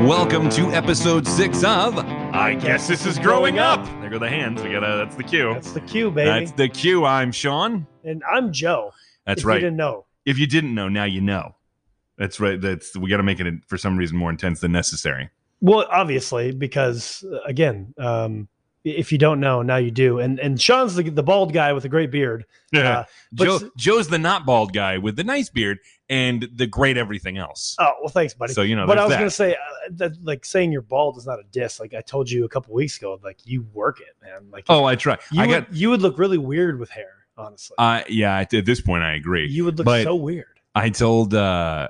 Welcome to episode six of I guess this is growing up. There go the hands. We gotta. That's the cue. That's the cue, baby. That's the cue. I'm Sean. and I'm Joe. That's if You right. didn't know. if you didn't know, now you know. That's right. That's we gotta make it for some reason more intense than necessary. Well, obviously, because uh, again, um, i- if you don't know, now you do. And and Sean's the, the bald guy with a great beard. Uh, but- Joe Joe's the not bald guy with the nice beard and the great everything else. Oh well, thanks, buddy. So you know, but I was gonna there's say uh, that like saying you're bald is not a diss. Like I told you a couple weeks ago, like you work it, man. Like that. Oh, I try. you I would, got. you would look really weird with hair, honestly. Uh, yeah. At at this point, I agree. you would look but- so weird. I told uh,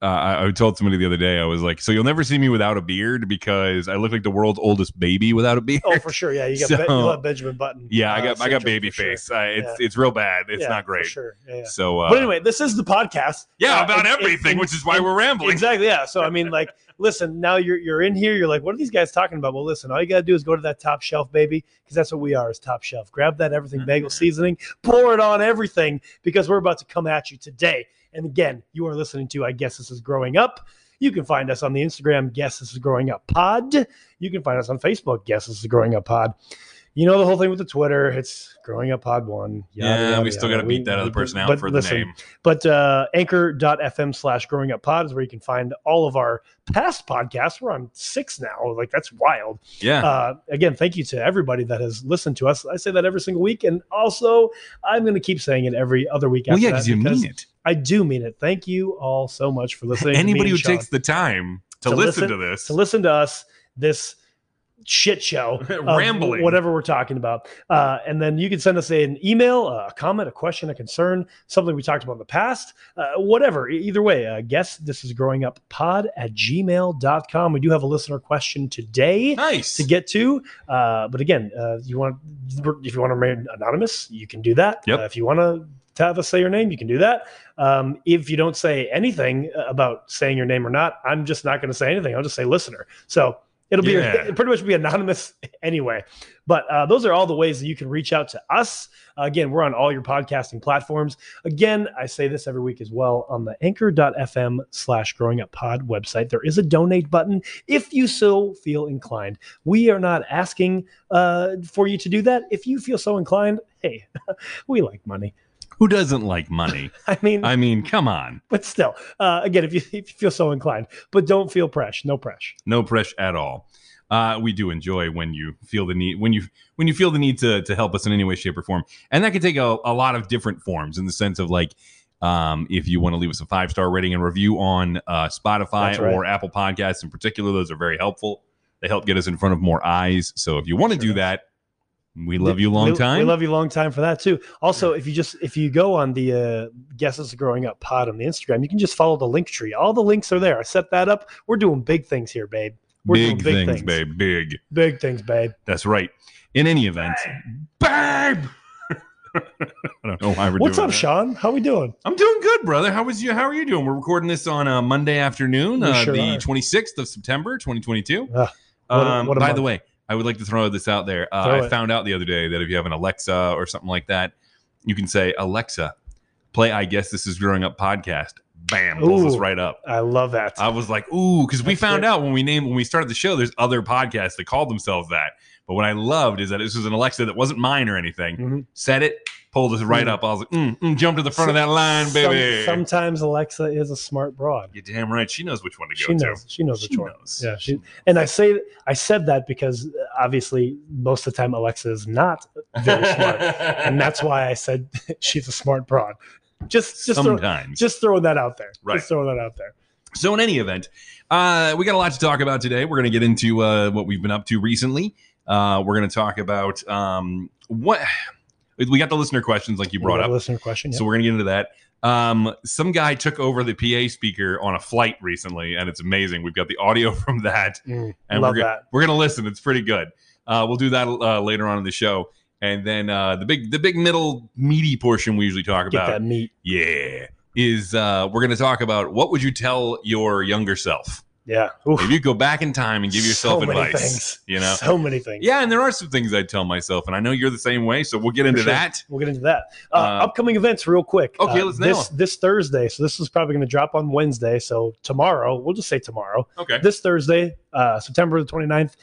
uh I I told somebody the other day I was like, so you'll never see me without a beard because I look like the world's oldest baby without a beard. Oh, for sure. Yeah, you got So- Be- you love Benjamin Button. yeah, I uh, got I got syndrome baby for sure. face. I, it's it's real bad. It's Yeah, not great. For sure. Yeah. yeah. So uh, but anyway, this is the podcast. yeah, Uh, about and- and- everything, and- which is why and- we're rambling. Exactly. Yeah. So I mean, like, listen, now you're you're in here. You're like, what are these guys talking about? Well, listen, all you gotta do is go to that top shelf, baby, because that's what we are is top shelf. Grab that everything Mm-hmm. bagel seasoning, pour it on everything, because we're about to come at you today. And again, you are listening to I guess this is growing up. You can find us on the Instagram, Guess This Is Growing Up Pod. You can find us on Facebook, Guess This Is Growing Up Pod. You know the whole thing with the Twitter, it's Growing Up Pod 1. yada, Yeah, yada, we still yada. got to beat that other person out but for listen, the name. but uh, anchor.fm slash growing up pod is where you can find all of our past podcasts. We're on six now. Like, that's wild. Yeah, Uh, again, thank you to everybody that has listened to us. I say that every single week. And also, I'm going to keep saying it every other week. well, after yeah, that because you mean it. I do mean it. Thank you all so much for listening. to me Anybody and who Sean. takes the time to, To listen, listen- to this, to listen to us, this shit show of Rambling. whatever we're talking about uh, and then you can send us an email a comment a question a concern something we talked about in the past uh, whatever E- either way uh, guess this is growing up pod at gmail.com we do have a listener question today nice. to get to uh, but again uh, you want if you want to remain anonymous you can do that Yep. Uh, if you want to have us say your name you can do that um, if you don't say anything about saying your name or not i'm just not going to say anything i'll just say listener so it'll be Yeah. it'll pretty much be anonymous anyway but uh, those are all the ways that you can reach out to us again we're on all your podcasting platforms again i say this every week as well on the anchor.fm slash growing up pod website there is a donate button if you so feel inclined we are not asking uh, for you to do that. If you feel so inclined, hey, we like money. who doesn't like money? I mean, I mean, come on, but still, uh, again, if you, if you feel so inclined, but don't feel pressure, no pressure. no pressure at all. Uh, we do enjoy when you feel the need when you when you feel the need to to help us in any way, shape, or form, and that can take a, a lot of different forms in the sense of like um, if you want to leave us a five star rating and review on uh, Spotify That's right. or Apple Podcasts in particular, those are very helpful. They help get us in front of more eyes. So if you want to do Sure does. that, we love you long we, time. We love you long time for that too. Also, if you just if you go on the uh, guesses growing up pod on the Instagram, you can just follow the link tree. All the links are there. I set that up. We're doing big things here, babe. We're doing big, things, babe. Big. Big things, babe. That's right. In any event, babe. I don't know why we're What's doing up, that. Sean? How we doing? I'm doing good, brother. How was you? How are you doing? We're recording this on uh, Monday afternoon, We uh, sure the are. 26th of September, 2022. Ah, what a- um, what a by month. the way, I would like to throw this out there. Uh, Throw I it. found out the other day that if you have an Alexa or something like that, you can say Alexa, play. I guess this is growing up podcast. Bam, pulls us Ooh. right up. I love that. I was like, ooh, because we That's found it. out when we named when we started the show, there's other podcasts that called themselves that. But what I loved is that this was an Alexa that wasn't mine or anything. Mhm. Said it, pulled us right Mm. up. I was like, mm, mm, jump to the front of that line, Some- baby. sometimes Alexa is a smart broad. You're damn right. She knows which one to go She knows. She to. knows which one. knows. Yeah, she- And I say I said that because uh, obviously most of the time Alexa is not very smart, and that's why I said she's a smart broad. Just just throw, Sometimes. just throwing that out there. Right. Just throwing that out there. So, in any event, uh, we got a lot to talk about today. We're going to get into uh, what we've been up to recently. Uh, we're going to talk about um, what we got the listener questions, like you brought up. Another listener question. So we're gonna get into that. Um, some guy took over the PA speaker on a flight recently, and it's amazing. We've got the audio from that, yeah. Mm, and love we're gonna, that. we're gonna listen. It's pretty good. Uh, we'll do that uh, later on in the show, and then uh, the big, the big middle meaty portion we usually talk Get about. that meat. Yeah, is uh, we're gonna talk about what would you tell your younger self? Yeah. Oof. If you go back in time and give yourself so advice, Many things. you know. So many things. Yeah, and there are some things I tell myself, and I know you're the same way. So we'll get into For sure. that. We'll get into that. Uh, Uh, upcoming events, real quick. okay, Uh, let's nail this this Thursday. So this is probably going to drop on Wednesday. So tomorrow, we'll just say tomorrow. Okay. This Thursday, uh, September the 29th,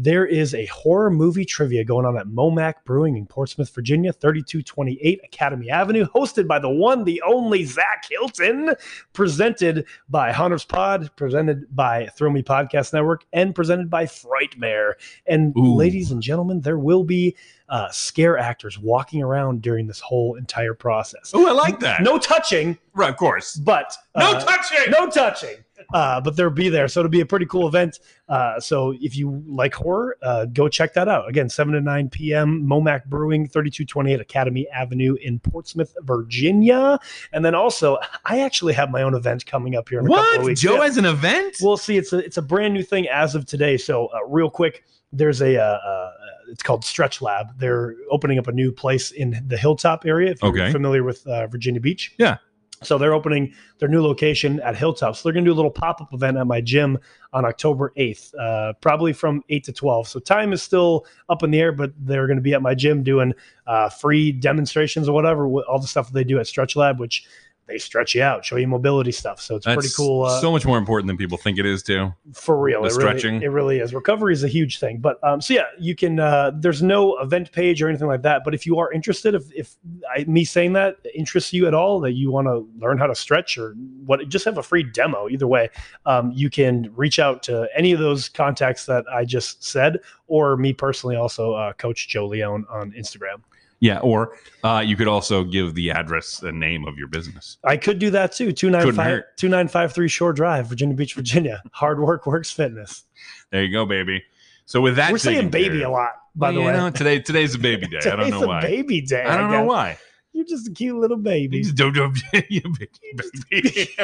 there is a horror movie trivia going on at Momac Brewing in Portsmouth, Virginia, 3228 Academy Avenue, hosted by the one, the only Zach Hilton, presented by Hunters Pod, presented by Throw Me Podcast Network, and presented by Frightmare. And Ooh. ladies and gentlemen, there will be uh, scare actors walking around during this whole entire process. Oh, I like that. No touching, right, of course. but No uh, touching. no touching. Uh, but they'll be there, so it'll be a pretty cool event. Uh, so if you like horror, uh, go check that out. Again, seven to nine p.m. Momac Brewing, thirty-two twenty-eight Academy Avenue in Portsmouth, Virginia. And then also, I actually have my own event coming up here in a couple of What? weeks. Joe Yeah. has an event? Well, see, it's a it's a brand new thing as of today. So, uh, real quick, there's a uh, uh, it's called Stretch Lab. They're opening up a new place in the Hilltop area. If you're Okay. familiar with uh, Virginia Beach, Yeah. So they're opening their new location at Hilltop. So they're going to do a little pop up event at my gym on October 8th, uh, probably from 8 to 12. So time is still up in the air, but they're going to be at my gym doing uh, free demonstrations or whatever, wh- all the stuff that they do at Stretch Lab, which they stretch you out, show you mobility stuff. So it's pretty That's cool. Uh, so much more important than people think it is, too. for real. The it stretching. Really, it really is. Recovery is a huge thing. But um, so yeah, you can. Uh, there's no event page or anything like that. But if you are interested, if if I, me saying that interests you at all, that you want to learn how to stretch or what, just have a free demo. Either way, um, you can reach out to any of those contacts that I just said, or me personally, also uh, Coach Joe Leone on Instagram. Yeah, or uh, you could also give the address and name of your business. I could do that too. Couldn't 295, hurt. 2953 Shore Drive, Virginia Beach, Virginia. Hard work works fitness. There you go, baby. So with that, We're taken saying care baby of- a lot, by the You way. know, today today's a baby day. I don't Today's know a why. Baby day. I don't know guess. why. You're just a cute little You baby. just don't know. you baby.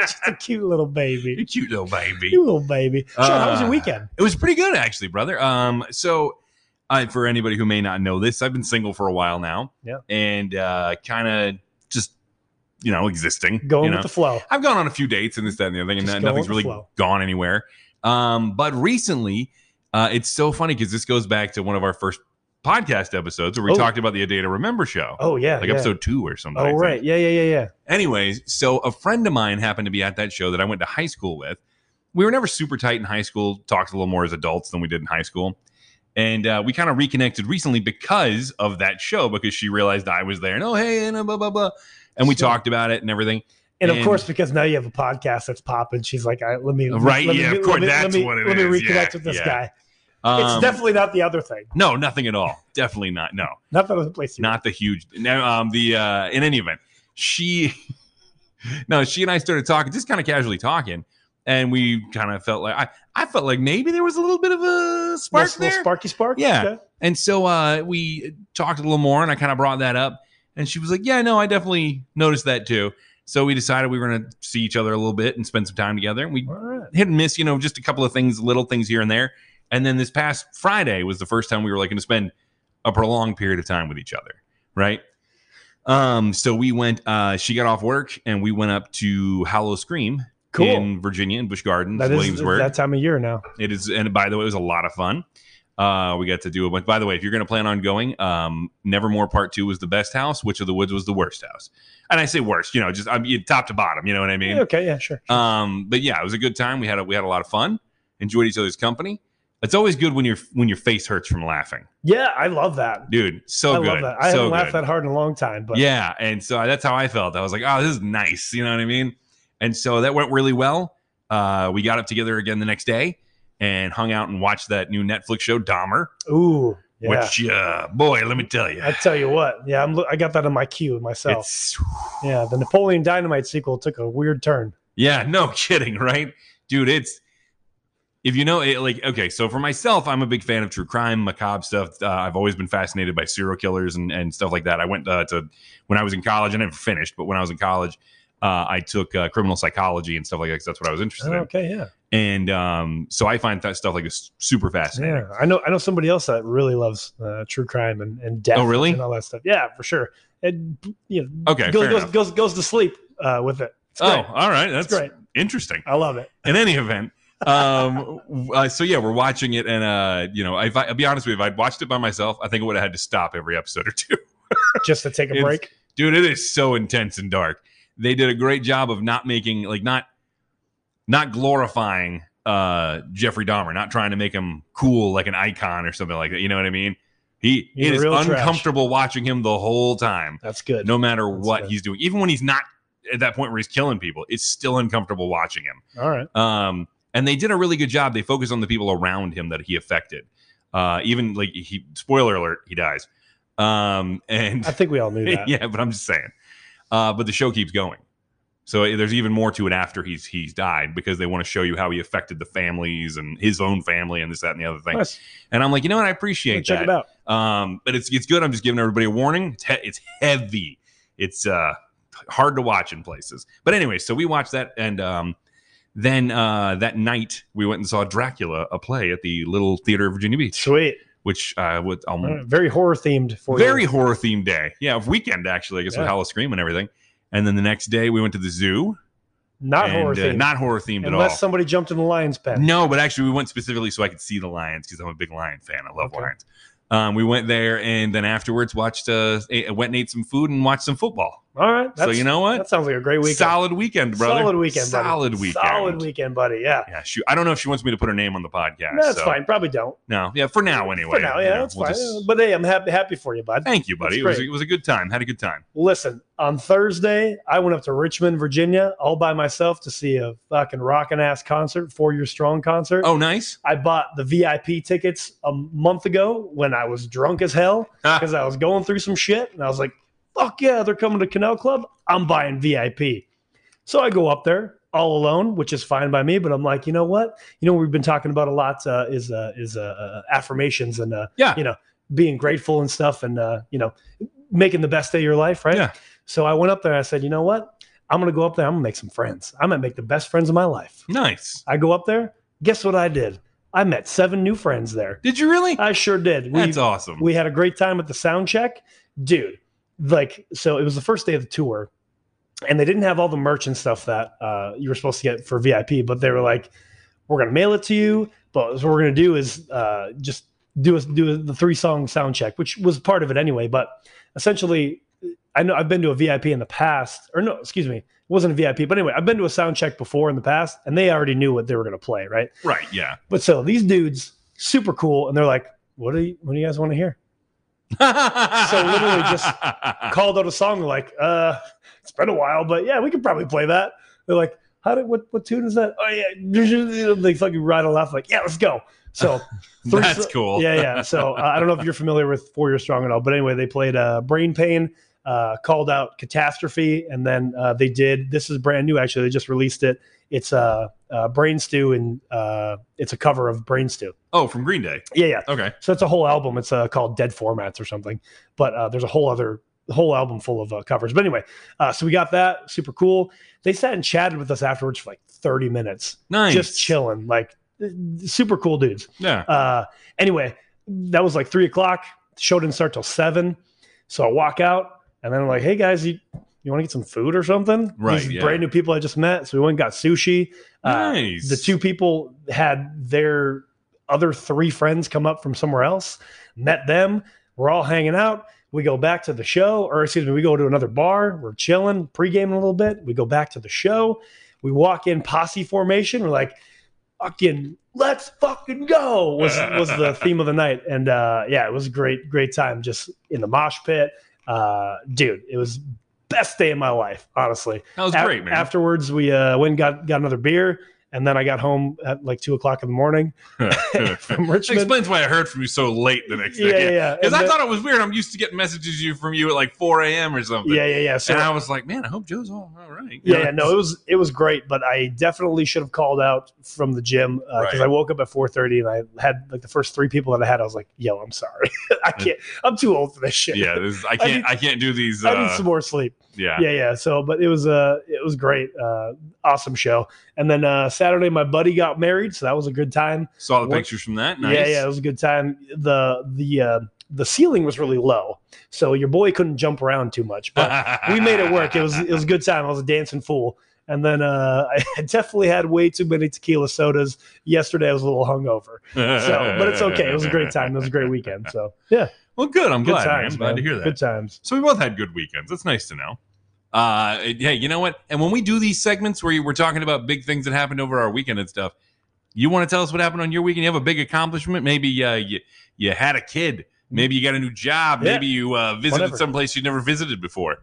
just a cute little you baby. cute little baby. You little baby. Sean, how was Uh, your weekend? It was pretty good, actually, brother. Um, so I, for anybody who may not know this, I've been single for a while now. Yeah. And uh, kind of just, you know, existing. Going you know? with the flow. I've gone on a few dates and this, that, and the other thing, and Just no- go nothing's with the really flow. gone anywhere. Um, but recently, uh, it's so funny because this goes back to one of our first podcast episodes where we Oh. talked about the A Day to Remember show, Oh yeah. like yeah. episode two or something. I Oh think. right. Yeah, yeah, yeah, yeah. Anyways, so a friend of mine happened to be at that show that I went to high school with. We were never super tight in high school, talked a little more as adults than we did in high school. And uh, we kind of reconnected recently because of that show, because she realized I was there and, oh, hey, and uh, blah, blah, blah. And we Sure. talked about it and everything. And of And- course, because now you have a podcast that's popping, she's like, All right, let me Right, Let yeah, me, of course, let me, let that's me, what it let me is. reconnect Yeah, with this yeah. guy. Um, it's definitely not the other thing. no, nothing at all. Definitely not. No, Not that other place. you not the huge. No, um, the uh, in any event, she, no, she and I started talking, just kind of casually talking, and we kind of felt like I, I felt like maybe there was a little bit of a were. spark Little- there, little Sparky Spark. Yeah. Okay. and so uh, we talked a little more, and I kind of brought that up, and she was like, "Yeah, no, I definitely noticed that too." So we decided we were going to see each other a little bit and spend some time together, and we All right. hit and miss, you know, just a couple of things, little things here and there. And then this past Friday was the first time we were like going to spend a prolonged period of time with each other, right? Um, so we went. Uh, she got off work, and we went up to Hollow Scream Cool. in Virginia, in Bush Gardens, that is Williamsburg. that time of year now. It is, and by the way, it was a lot of fun. Uh, we got to do a bunch. By the way, if you're going to plan on going, um, Nevermore Part Two was the best house. Which of the Woods was the worst house? And I say worst, you know, just I mean, top to bottom. You know what I mean? okay, yeah, sure. Um, but yeah, it was a good time. We had a, we had a lot of fun. Enjoyed each other's company. It's always good when your when your face hurts from laughing, Yeah, I love that. dude. So I good. love that. I so haven't laughed good. that hard in a long time, but Yeah, and so that's how I felt. I was like, oh, this is nice. You know what I mean? And so that went really well. Uh, we got up together again the next day and hung out and watched that new Netflix show Dahmer, ooh, yeah. which uh, boy, let me tell you, I tell you what, yeah, I'm. lo- I got that in my queue myself. it's yeah, the Napoleon Dynamite sequel took a weird turn. Yeah, no kidding, right? Dude, it's if you know it, like okay, so for myself, I'm a big fan of true crime, macabre stuff. Uh, I've always been fascinated by serial killers and, and stuff like that. I went uh, to when I was in college, I never finished, but when I was in college, uh, I took uh, criminal psychology and stuff like that. 'cause that's what I was interested in, okay, yeah, and um, so I find that stuff like this super fascinating. yeah. I know. I know somebody else that really loves uh, true crime and, and death. Oh, really? And all that stuff. Yeah, for sure. And you know, Okay, goes fair goes, enough. goes goes to sleep uh, with it. It's Oh, great. all right, it's that's great. interesting. I love it. In any event, um, uh, so yeah, we're watching it, and uh, you know, if I, will be honest with you, if I'd watched it by myself, I think I would have had to stop every episode or two. just to take a It's- break. Dude, it is so intense and dark. They did a great job of not making like not not glorifying uh Jeffrey Dahmer, not trying to make him cool like an icon or something like that. You know what I mean? He He's it is real trash. uncomfortable watching him the whole time That's good. no matter That's what good. he's doing. Even when he's not at that point where he's killing people, it's still uncomfortable watching him. All right. Um, and they did a really good job. They focused on the people around him that he affected. Uh, even like he, spoiler alert, he dies. Um, and I think we all knew that. yeah, but I'm just saying. Uh, but the show keeps going. So eh, there's even more to it after he's he's died because they want to show you how he affected the families and his own family and this that and the other thing. Nice. And I'm like, you know what? I appreciate Check that. it out. Um, but it's it's good. I'm just giving everybody a warning. It's, he- it's heavy. It's uh hard to watch in places. But anyway, so we watched that, and um, then uh, that night we went and saw Dracula, a play at the little theater of Virginia Beach, Sweet. which uh, would All um, right. Very horror themed for you. very horror themed day. Yeah, of weekend actually. I guess with Yeah. Howl Scream and everything. And then the next day we went to the zoo. not and, horror uh, themed. not horror themed at all. unless somebody jumped in the lion's pen. No, but actually, we went specifically so I could see the lions because I'm a big lion fan. I love Okay. lions. Um, we went there and then afterwards watched, uh, ate, went and ate some food and watched some football. All right. so you know what? That sounds like a great weekend. Solid weekend, brother. Solid weekend. Buddy. Solid weekend. Solid weekend, buddy. Yeah. Yeah, she, I don't know if she wants me to put her name on the podcast. No, that's so- fine. Probably don't. No, yeah, for now anyway. For now, yeah, You know, that's we'll fine. just- But hey, I'm happy happy for you, bud. thank you, buddy. That's It was, great. it was a good time. Had a good time. Listen, on Thursday, I went up to Richmond, Virginia, all by myself to see a fucking rockin' ass concert, Four Year Strong concert. Oh, nice. I bought the VIP tickets a month ago when I was drunk as hell Ah. because I was going through some shit and I was like, fuck yeah, they're coming to Canal Club. I'm buying VIP. So I go up there all alone, which is fine by me. But I'm like, you know what? You know what we've been talking about a lot uh, is uh, is uh, uh, affirmations and uh, Yeah. you know being grateful and stuff and uh, you know making the best day of your life, right? Yeah. So I went up there and I said, you know what? I'm gonna go up there. I'm gonna make some friends. I'm gonna make the best friends of my life. Nice. I go up there. Guess what I did? I met seven new friends there. Did you really? I sure did. Uh, We that's awesome. we had a great time at the sound check, dude. Like so, it was the first day of the tour, and they didn't have all the merch and stuff that uh, you were supposed to get for VIP. But they were like, "We're gonna mail it to you, but what we're gonna do is uh, just do a, do a, the three song sound check, which was part of it anyway. But essentially, I know I've been to a VIP in the past, or no, excuse me, it wasn't a VIP, but anyway, I've been to a sound check before in the past, and they already knew what they were gonna play, right? right. Yeah. But so these dudes, super cool, and they're like, "What do you, what do you guys want to hear?" so literally just called out a song like uh it's been a while but yeah we could probably play that they're like how did what what tune is that oh yeah they fucking rattle off like yeah let's go so three That's so- cool. yeah yeah so uh, i don't know if you're familiar with four year strong at all but anyway they played uh brain pain uh called out catastrophe and then uh they did this is brand new actually they just released it it's uh, uh brain stew and uh it's a cover of brain stew Oh, from Green Day. yeah yeah Okay. so it's a whole album. It's uh, called Dead Formats or something. But uh, there's a whole other whole album full of uh, covers. But anyway, uh, so we got that super cool. They sat and chatted with us afterwards for like 30 minutes, Nice. just chilling, like uh, super cool dudes. Yeah. Uh, anyway, that was like three o'clock. Show didn't start till seven, so I walk out and then I'm like, "Hey guys, you you want to get some food or something?" Right, These yeah. brand new people I just met, so we went and got sushi. Uh, nice. the two people had their other three friends come up from somewhere else, met them. We're all hanging out. We go back to the show, or excuse me, we go to another bar. We're chilling, pre-gaming a little bit. We go back to the show. We walk in posse formation. We're like, fucking, let's fucking go was was the theme of the night, and uh, yeah, it was a great, great time just in the mosh pit. Uh, dude, it was best day of my life, honestly. That was Af- great, man. Afterwards, we uh, went and got got another beer, and then I got home at like two o'clock in the morning from Richmond. Explains why I heard from you so late the next yeah, yeah, day. yeah. Because And I the- thought it was weird. I'm used to getting messages you from you at like 4 a.m. or something. yeah, yeah, yeah. So and I was like, man, I hope Joe's all, all right. yeah, yeah, no, it was it was great, but I definitely should have called out from the gym because Right. I woke up at four thirty and I had like the first three people that I had. I was like, yo, I'm sorry, I can't. I'm too old for this shit. Yeah, this is, I can't. I, can't do these. I need Uh, some more sleep. yeah. yeah yeah so but it was uh it was great uh awesome show and then uh saturday my buddy got married so that was a good time saw the What- pictures from that. Nice. yeah yeah it was a good time the the uh the ceiling was really low so your boy couldn't jump around too much but we made it work it was it was a good time i was a dancing fool And then uh, I definitely had way too many tequila sodas yesterday. I was a little hungover, so but it's okay. It was a great time. It was a great weekend. So yeah, Well, good. I'm good glad. man. times. I'm glad man. to hear that. Good times. So we both had good weekends. That's nice to know. Uh, hey, you know what? And when we do these segments where you- we're talking about big things that happened over our weekend and stuff, you want to tell us what happened on your weekend? You have a big accomplishment? Maybe uh, you you had a kid. Maybe you got a new job. Yeah. Maybe you uh, visited Whatever. someplace you'd never visited before.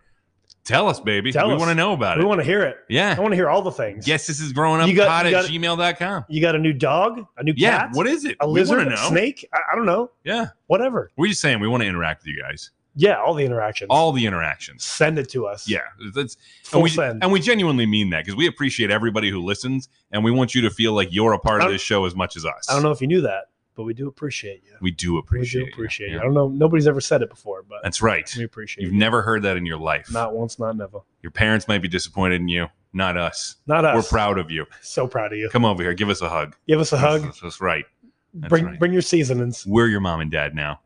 Tell us, baby. Tell we us. want to know about We it. want to hear it. I yeah. want to hear all the things. Yes, this is growing up You got- pod you at got- gmail.com. You got a new dog, a new Yeah. cat, What is it? a we lizard, want a to know. snake. I, I don't know. Yeah. Whatever. We're just saying we want to interact with you guys. Yeah, all the interactions. All the interactions. send it to us. Yeah. That's full and we, send. and we genuinely mean that because we appreciate everybody who listens and we want you to feel like you're a part of I don't- this show as much as us. I don't know if you knew that, but we do appreciate you. We do appreciate we do appreciate you. you. Yeah. I don't know. Nobody's ever said it before, but That's right. we appreciate You've you. never heard that in your life. Not once, not never. Your parents might be disappointed in you, not us. Not us. We're proud of you. So proud of you. Come over here. Give us a hug. Give us a hug. That's, that's right. that's bring right. bring your seasonings. We're your mom and dad now.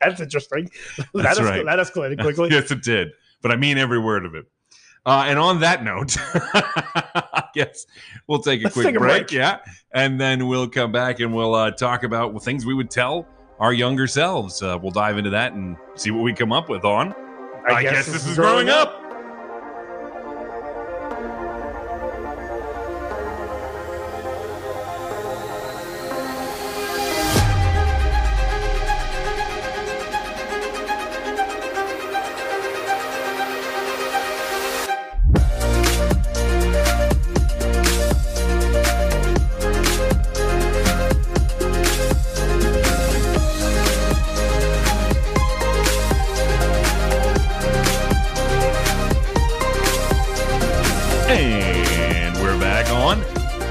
That's interesting. That, That's escal- right. that escalated quickly. yes, it did. But I mean every word of it. Uh, and on that note, I guess we'll take a Let's quick take a break, break. Yeah. And then we'll come back and we'll uh, talk about things we would tell our younger selves. Uh, we'll dive into that and see what we come up with on. I, guess, this, is, growing, up. And we're back on.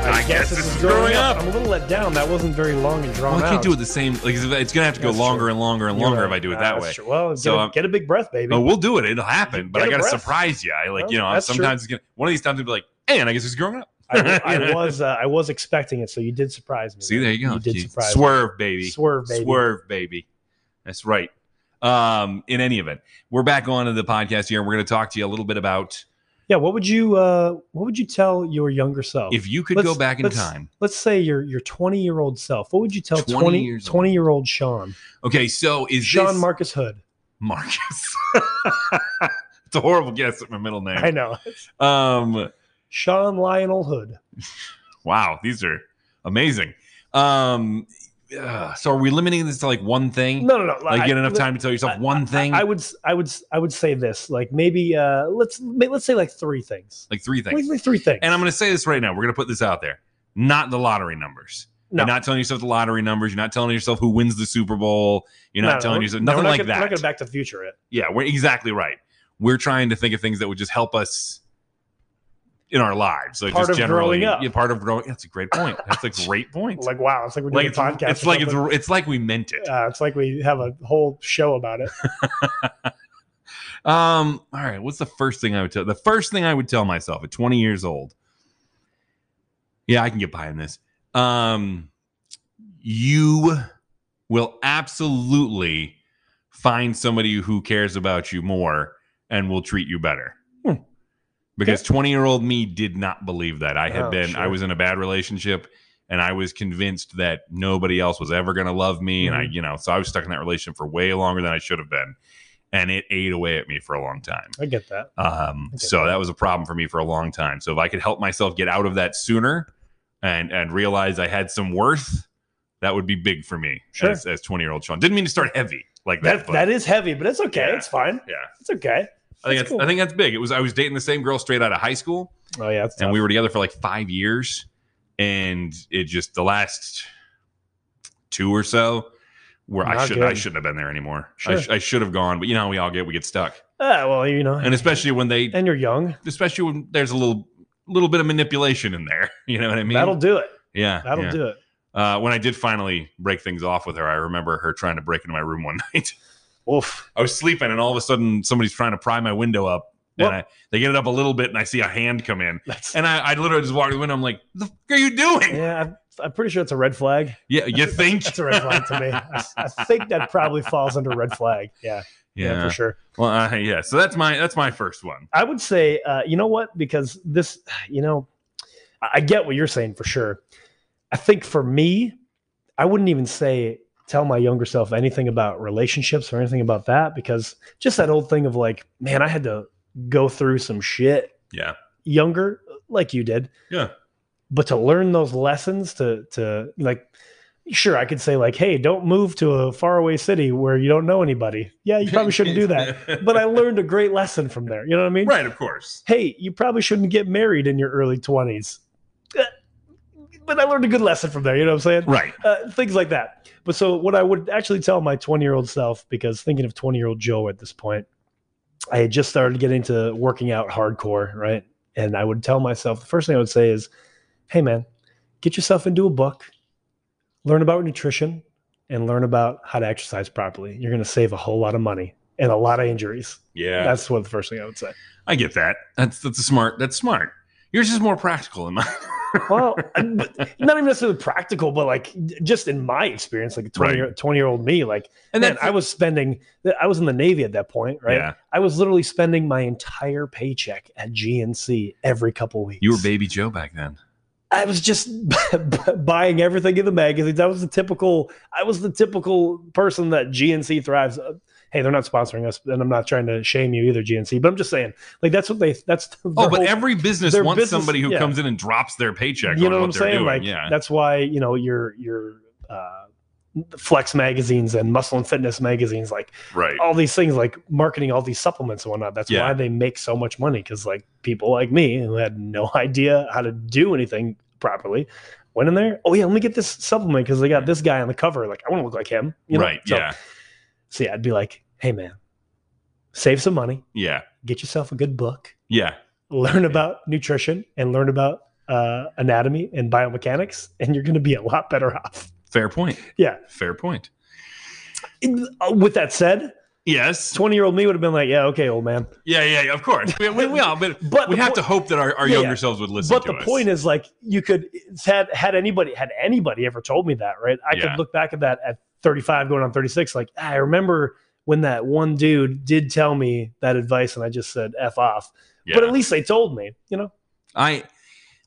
I, guess, this, is growing, up. I'm a little let down. That wasn't very long and drawn Well, I out. can't do it the same. Like it's gonna have to go That's longer true. and longer and You're longer right. if I do it Nah, that that's way. true. Well, So, get, a, um, get a big breath, baby. Oh, we'll do it. It'll happen, but Get I a gotta breath. surprise you. I like, Well, you know, that's true. sometimes it's gonna one of these times it'll be like, and I guess it's growing up. I, w- I was uh, I was expecting it, so you did surprise me. See, there you go. You did Gee, surprise me. Swerve, baby. Swerve, baby. Swerve, baby. That's right. Um, in any event, we're back on to the podcast here, and we're gonna talk to you a little bit about Yeah. What would you uh, What would you tell your younger self? if you could Let's- go back in let's- time. Let's say your your 20 year old self. What would you tell 20 20 years 20 year old Sean? Okay, so is Sean this Marcus Hood. Marcus? it's a horrible guess at my middle I name. know. Um, Sean Lionel Hood. wow, these are amazing. Um, uh, so are we limiting this to like one thing? No, no, no. like I- you get enough time to tell yourself one thing, I, I would s- I would s- I would say this. Like maybe uh let's ma- let's say like three things. like three things. Like, like three things. And I'm going to say this right now. We're going to put this out there. Not the lottery numbers. No. You're not telling yourself the lottery numbers. You're not telling yourself who wins the Super Bowl. You're No, not no, telling we're- yourself no, nothing we're not like gonna- that. We're not going to back to the future it. yeah, we're exactly right. We're trying to think of things that would just help us in our lives. Like Part just of generally, growing up. Yeah, part of growing. That's a great point. That's a great point. Like wow, it's like we're Like, doing it's, a podcast. it's or like it's, something. it's like we meant it. uh, it's like we have a whole show about it. Um, all right, what's the first thing I would tell? The first thing I would tell myself at 20 years old. Yeah, I can get behind this. Um, you will absolutely find somebody who cares about you more and will treat you better. Hmm. Because 20 year old me did not believe that. I had Oh, been, I sure. was in a bad relationship and I was convinced that nobody else was ever going to love me. And I, Mm-hmm. you know, so I was stuck in that relationship for way longer than I should have been. And it ate away at me for a long time. I get that. Um, Okay. so that was a problem for me for a long time. So if I could help myself get out of that sooner and and realize I had some worth, that would be big for me Sure. as as twenty year old Sean. Didn't mean to start heavy like that. That but that is heavy, but it's okay. Yeah. It's fine. Yeah. It's okay. I think that's that's, cool. I think that's big. It was I was dating the same girl straight out of high school, Oh yeah, it's and we were together for like five years, and it just the last two or so where I Not should I good. shouldn't have been there anymore. Sure. I, sh- I should have gone, but you know how we all get we get stuck, Ah, well, you know, and and, especially when they you're young. especially when there's a little little bit of manipulation in there. You know what I mean? That'll do it. yeah, That'll yeah. do it. Uh, when I did finally break things off with her, I remember her trying to break into my room one night. Oof. I was sleeping, and all of a sudden, somebody's trying to pry my window up, Well- and I, they get it up a little bit, and I see a hand come in, That's and I, I literally just walk to the window. I'm like, "The f- are you doing?" yeah. I've I'm pretty sure it's a red flag. Yeah, you think? That's a red flag to me. I, I think that probably falls under red flag. Yeah, yeah, for sure. Well, uh, yeah. So that's my that's my first one. I would say, uh, you know what? Because this, you know, I I get what you're saying for sure. I think for me, I wouldn't even say tell my younger self anything about relationships or anything about that because just that old thing of like, man, I had to go through some shit Yeah, younger, like you did. Yeah. But to learn those lessons, to to like, sure, I could say like, hey, don't move to a faraway city where you don't know anybody. Yeah, Uh, you probably shouldn't do that. But I learned a great lesson from there. You know what I mean? right, of course. hey, you probably shouldn't get married in your early 20s. Uh, But I learned a good lesson from there. You know what I'm saying? Right. Uh, things like that. But so, what I would actually tell my 20 year old self, because thinking of 20 year old Joe at this point, I had just started getting into working out hardcore, right? And I would tell myself the first thing I would say is, hey, man, get yourself into a book, learn about nutrition, and learn about how to exercise properly. You're going to save a whole lot of money and a lot of injuries. Yeah, That's what the first thing I would say. I get that. That's that's a smart. That's smart. Yours is more practical than mine. well, not even necessarily practical, but like just in my experience, like a 20 year, 20 year old me, like, And man, that's I was spending, I was in the Navy at that point, right? Yeah, I was literally spending my entire paycheck at GNC every couple weeks. you were baby Joe back then. I was just buying everything in the magazines. I was the typical, I was the typical person that GNC thrives. Uh, hey, they're not sponsoring us, and I'm not trying to shame you either, GNC, but I'm just saying, like, that's what they, that's their Oh, but whole every business their wants business- somebody who yeah. comes in and drops their paycheck. You on know what what I'm they're saying? Doing. Like yeah, that's why you know your your uh, flex magazines and muscle and fitness magazines, like right. all these things, like marketing all these supplements and whatnot. That's Yeah. why they make so much money because like people like me who had no idea how to do anything properly went in there. Oh yeah, let me get this supplement because they got this guy on the cover. Like I want to look like him. You know? right. So, yeah. So yeah, I'd be like, hey man, save some money, Yeah. get yourself a good book Yeah. learn about nutrition and learn about uh, anatomy and biomechanics, and you're going to be a lot better off. Fair point. Yeah. Fair point. In- uh, With that said, Yes. 20 year old me would have been like, yeah, okay, old man. Yeah. Yeah. yeah, Of course. We, we, we all, but But we the have po- to hope that our, our Yeah, younger yeah. selves would listen. But to the us. point is, like, you could it's had had anybody had anybody ever told me that, right? I Yeah. could look back at that at 35, going on 36. Like, "Ah, I remember when that one dude did tell me that advice, and I just said f off. yeah. But at least they told me, you know. I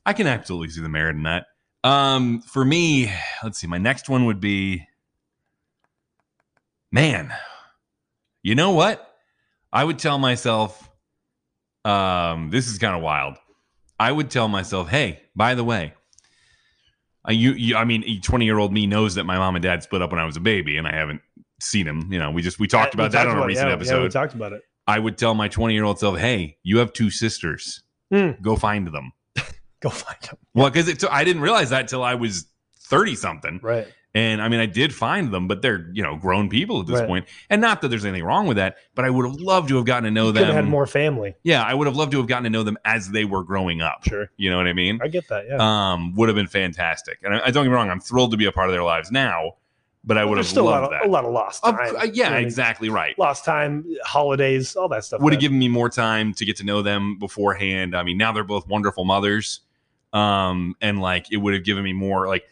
I can absolutely see the merit in that. Um, for me, let's see. My next one would be, man. You know what? I would tell myself, um, this is kind of wild. I would tell myself, hey, by the way, I, you, you, I mean, twenty year old me knows that my mom and dad split up when I was a baby, and I haven't seen him. You know, we just we talked We about that on a it, recent yeah, episode. Yeah, we talked about it. I would tell my twenty year old self, hey, you have two sisters. Mm. Go find them. Go find him. Well, because it took, I didn't realize that till I was thirty something, Right. and I mean I did find them, but they're you know grown people at this Right. point. and not that there's anything wrong with that, but I would have loved to have gotten to know Could them. have had more family. Yeah, I would have loved to have gotten to know them as they were growing up. Sure. You know what I mean? I get that. Yeah. Um, would have been fantastic, and I, I don't get me wrong, I'm thrilled to be a part of their lives now, but I would There's have still a lot, loved of, that. a lot of lost Of time. cou- uh, You know yeah, what I mean? exactly right. Lost time, holidays, all that stuff. would man. have given me more time to get to know them beforehand. I mean, now they're both wonderful mothers. Um, and like it would have given me more like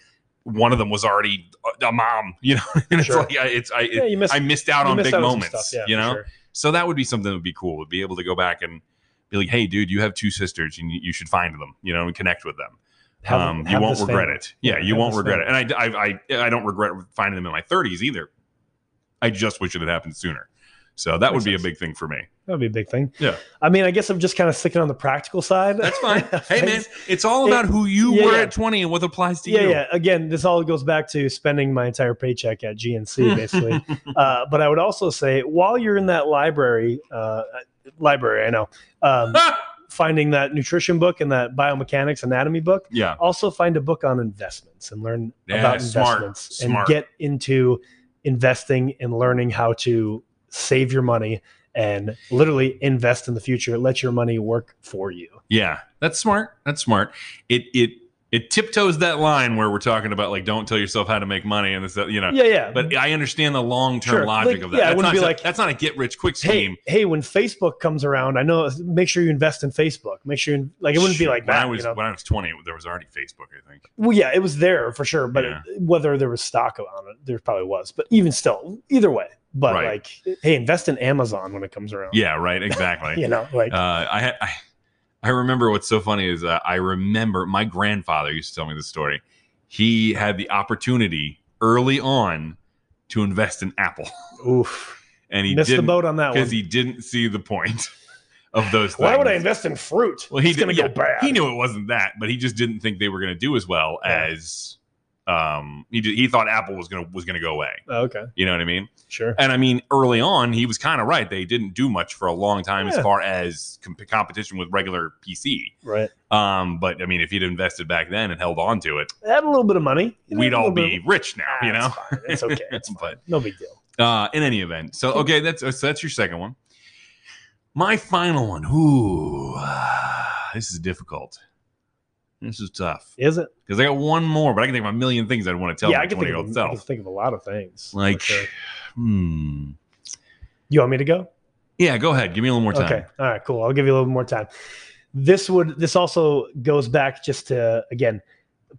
one of them was already a- a mom, you know. and it's Sure. like I, it's I Yeah, it, you missed, I missed out you on missed big out some moments, stuff, yeah, you for know. sure. So that would be something that would be cool. Would be able to go back and be like, "Hey, dude, you have two sisters, and you, you should find them, you know, and connect with them. Have- um, you have won't this regret family. it. Yeah, Yeah, you have won't this regret it. And I, I, I, I don't regret finding them in my 30s either. I just wish it had happened sooner. So that would Makes be a sense. big thing for me. That would be a big thing. Yeah. I mean, I guess I'm just kind of sticking on the practical side. That's fine. Hey, man, it's all about who you Yeah, were yeah. at 20 and what applies to yeah, you. yeah. Again, this all goes back to spending my entire paycheck at GNC, basically. uh, but I would also say, while you're in that library, uh, library, I know, um, finding that nutrition book and that biomechanics anatomy book, yeah. also find a book on investments and learn Yeah, about smart, investments and smart. get into investing and learning how to save your money and literally invest in the future let your money work for you Yeah. That's smart. That's smart. It it it tiptoes that line where we're talking about like don't tell yourself how to make money and this you know Yeah, yeah. but i understand the long-term Sure. logic Like, of that yeah, it that's, not, wouldn't be so- like- that's not a get rich quick scheme hey, hey, when Facebook comes around, I know. Make sure you invest in Facebook. Make sure, you, like, it wouldn't Shoot, be like when that. i was you know? when i was 20 there was already facebook i think Well, yeah, it was there for sure, but Yeah. it- whether there was stock on it, there probably was. But even still, either way. But Right. like, hey, invest in Amazon when it comes around. yeah right exactly you know, like uh, I, had- I I remember what's so funny is uh, I remember my grandfather used to tell me this story. He had the opportunity early on to invest in Apple, oof, and he missed the didn't boat on that one. because he didn't see the point of those. Things. Why would I invest in fruit? Well, he it's gonna did- go yeah, bad. He knew it wasn't that, but he just didn't think they were going to do as well Yeah. as um he did, he thought Apple was going to was going to go away. Oh, okay, You know what I mean? sure. And I mean, early on, he was kind of right. They didn't do much for a long time as Yeah. far as com- competition with regular PC. Right. Um, but I mean, if he'd invested back then and held on to it, Add a little bit of money. you know, we'd a all little bit be of- rich now, Ah, you know. It's, fine. It's okay. It's fine. but No big deal. uh, in any event, so okay, that's so that's your second one. My final one. Ooh, this is difficult. This is tough Is it? because I got one more, but I can think of a million things I'd want to tell yeah, my I can think twenty-year-old of, a- I can self. think of a lot of things. for Like, sure. hmm. you want me to go? Yeah, go ahead. Give me a little more time. Okay. All right. Cool. I'll give you a little more time. This would. This also goes back just to again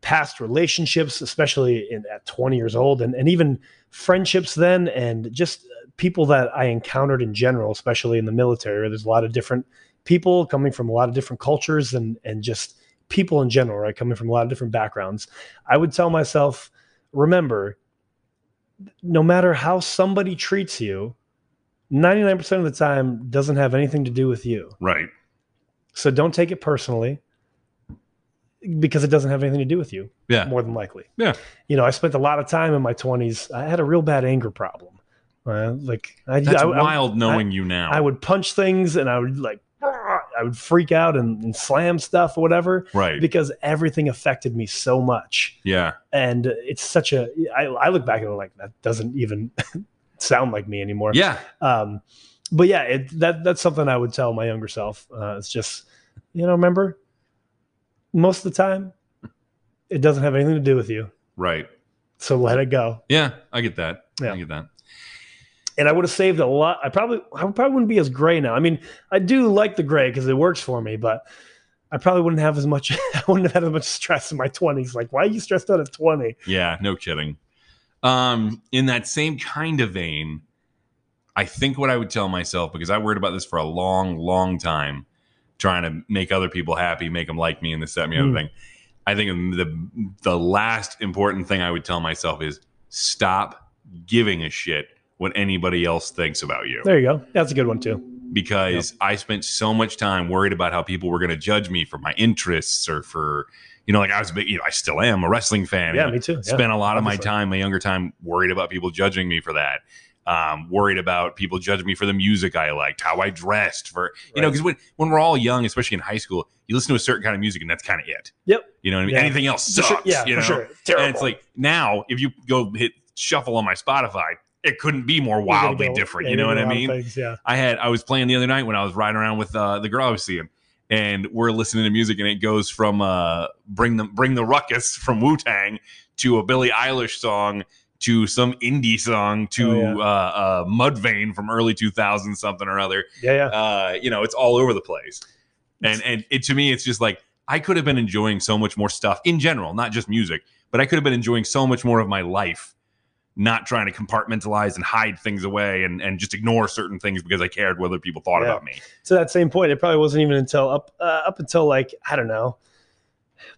past relationships, especially in, at 20 years old, and and even friendships then, and just people that I encountered in general, especially in the military. Where there's a lot of different people coming from a lot of different cultures, and and just people in general, right? Coming from a lot of different backgrounds. I would tell myself, remember, no matter how somebody treats you, 99% of the time doesn't have anything to do with you. Right. So don't take it personally because it doesn't have anything to do with you, Yeah. more than likely. Yeah. You know, I spent a lot of time in my 20s. I had a real bad anger problem. Uh, like, I, That's I, I, wild knowing you now. I would punch things and I would like, I would freak out and, and slam stuff or whatever right. because everything affected me so much Yeah. and it's such a I, I look back and I'm like that doesn't even sound like me anymore Yeah. um but yeah it, that that's something i would tell my younger self uh, it's just you know remember most of the time it doesn't have anything to do with you Right. so let it go Yeah. I get that. Yeah. I get that. and i would have saved a lot i probably i probably wouldn't be as gray now i mean i do like the gray because it works for me but i probably wouldn't have as much i wouldn't have had as much stress in my 20s like why are you stressed out at 20 Yeah, no kidding. Um, in that same kind of vein, I think what I would tell myself because I worried about this for a long, long time, trying to make other people happy, make them like me, and this, that, and the other Mm. thing. I think the the last important thing I would tell myself is stop giving a shit what anybody else thinks about you there you go that's a good one too because I spent so much time worried about how people were going to judge me for my interests or for you know like I was a big you know I still am a wrestling fan yeah and me too yeah. spent a lot of my obviously. time, my younger time, worried about people judging me for that. Um, worried about people judging me for the music I liked, how I dressed, for you know, Right. because when, when we're all young, especially in high school, you listen to a certain kind of music and that's kind of it. Yep. You know what I mean? Yeah. Anything else sucks. For sure. Yeah, you know? for sure. Terrible. And it's like now, if you go hit shuffle on my Spotify, it couldn't be more You're gonna wildly go- different. yeah, you know you're what gonna I go out of mean? things, yeah. I had I was playing the other night when I was riding around with uh, the girl I was seeing, and we're listening to music, and it goes from uh, "Bring the Bring the Ruckus" from Wu Tang to a Billie Eilish song to some indie song to Oh, yeah. uh, uh, Mudvayne from early 2000 something or other. Yeah, yeah. Uh, you know, it's all over the place, and and it, to me, it's just like I could have been enjoying so much more stuff in general, not just music, but I could have been enjoying so much more of my life. Not trying to compartmentalize and hide things away and, and just ignore certain things because I cared what other people thought Yeah. about me. to that same point, it probably wasn't even until up uh, up until like I don't know,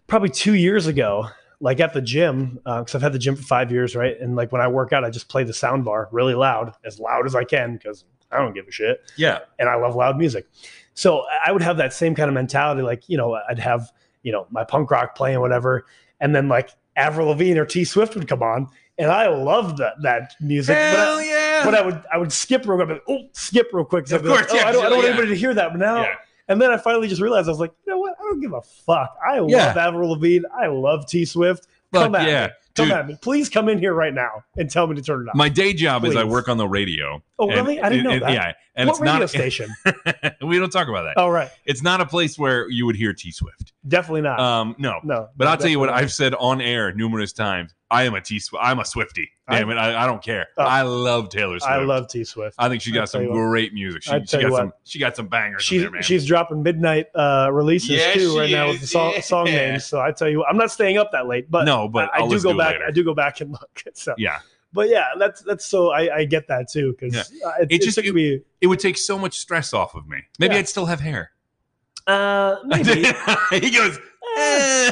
probably two years ago. Like at the gym, because I've had the gym for five years, right? And like when I work out, I just play the sound bar really loud, as loud as I can, because I don't give a shit Yeah. and I love loud music. So I- I would have that same kind of mentality. Like, you know, I'd have, you know, my punk rock playing, whatever. And then like Avril Lavigne or T Swift would come on. And I loved that, that music. but I- yeah. but I would I would skip real quick. Oh, skip real quick. 'cause I'd Of be like, course, yeah, oh, I don't, I don't want yeah. anybody to hear that. But now, Yeah. and then I finally just realized I was like, you know what? I don't give a fuck. I Yeah. love Avril Lavigne. I love T Swift. Fuck Come at yeah. me. Come Dude. at me. Please come in here right now and tell me to turn it off. My day job is I Please. work on the radio. oh, and really? I didn't it- know it- that. Yeah, and what it's radio not. station? Oh. we don't talk about that. All right. It's not a place where you would hear T Swift. Definitely not. Um, no, no. But no, I'll tell you what definitely I've said on air numerous times. I am a T Swift. I'm a Swifty. Damn it, I, I don't care. Oh. I love Taylor not. Swift. I love T Swift. I think she I'll got some tell you what. great music. She, I'll she tell you got what. some. She got some bangers in She's there, man. she's dropping midnight uh, releases Yes, too she right now with the is. song, song Yeah. names. So I tell you, what, I'm not staying up that late, but no, but I, I I'll do listen go to back. It later. I do go back and look. So, Yeah, but yeah, that's that's so I, I get that too because it, It it just- took me it would take so much stress off of me. Maybe Yeah. I'd still have hair. uh, maybe. he goes. "Eh." Eh,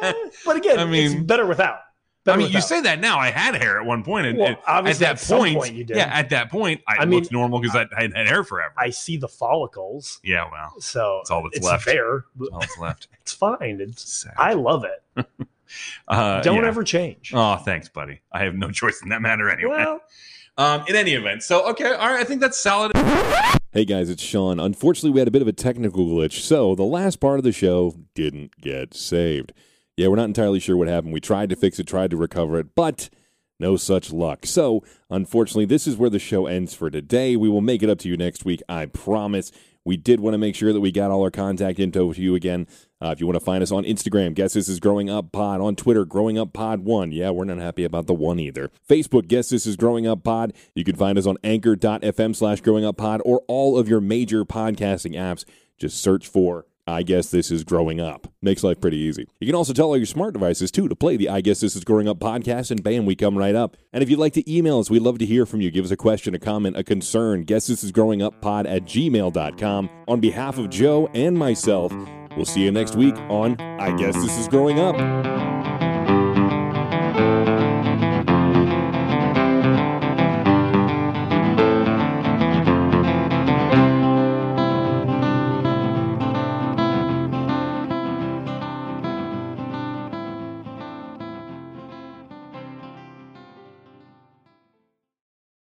eh. but again, I mean- it's better without. I Better mean, you without. say that now. I had hair at one point, and, Well, and at obviously that at some point, point you did. yeah, at that point, I, I mean, looked normal because I, I had hair forever. I see the follicles, yeah, well, so that's all that's it's left. there. but That's all that's left. It's fine. It's Sad. I love it. Uh, Don't yeah. ever change. Oh, thanks, buddy. I have no choice in that matter anyway. well, um, in any event, so okay, all right. I think that's solid. Hey guys, it's Sean. Unfortunately, we had a bit of a technical glitch, so the last part of the show didn't get saved. Yeah, we're not entirely sure what happened. We tried to fix it, tried to recover it, but no such luck. So, unfortunately, this is where the show ends for today. We will make it up to you next week, I promise. We did want to make sure that we got all our contact info to you again. Uh, if you want to find us on Instagram, guess this is Growing Up Pod. On Twitter, Growing Up Pod 1. Yeah, we're not happy about the one either. Facebook, guess this is Growing Up Pod. You can find us on anchor.fm slash Growing Up Pod or all of your major podcasting apps. Just search for I Guess This Is Growing Up. Makes life pretty easy. You can also tell all your smart devices, too, to play the I Guess This Is Growing Up podcast, and bam, we come right up. And if you'd like to email us, we'd love to hear from you. Give us a question, a comment, a concern. Guess This Is Growing Up Pod at gmail.com. On behalf of Joe and myself, we'll see you next week on I Guess This Is Growing Up.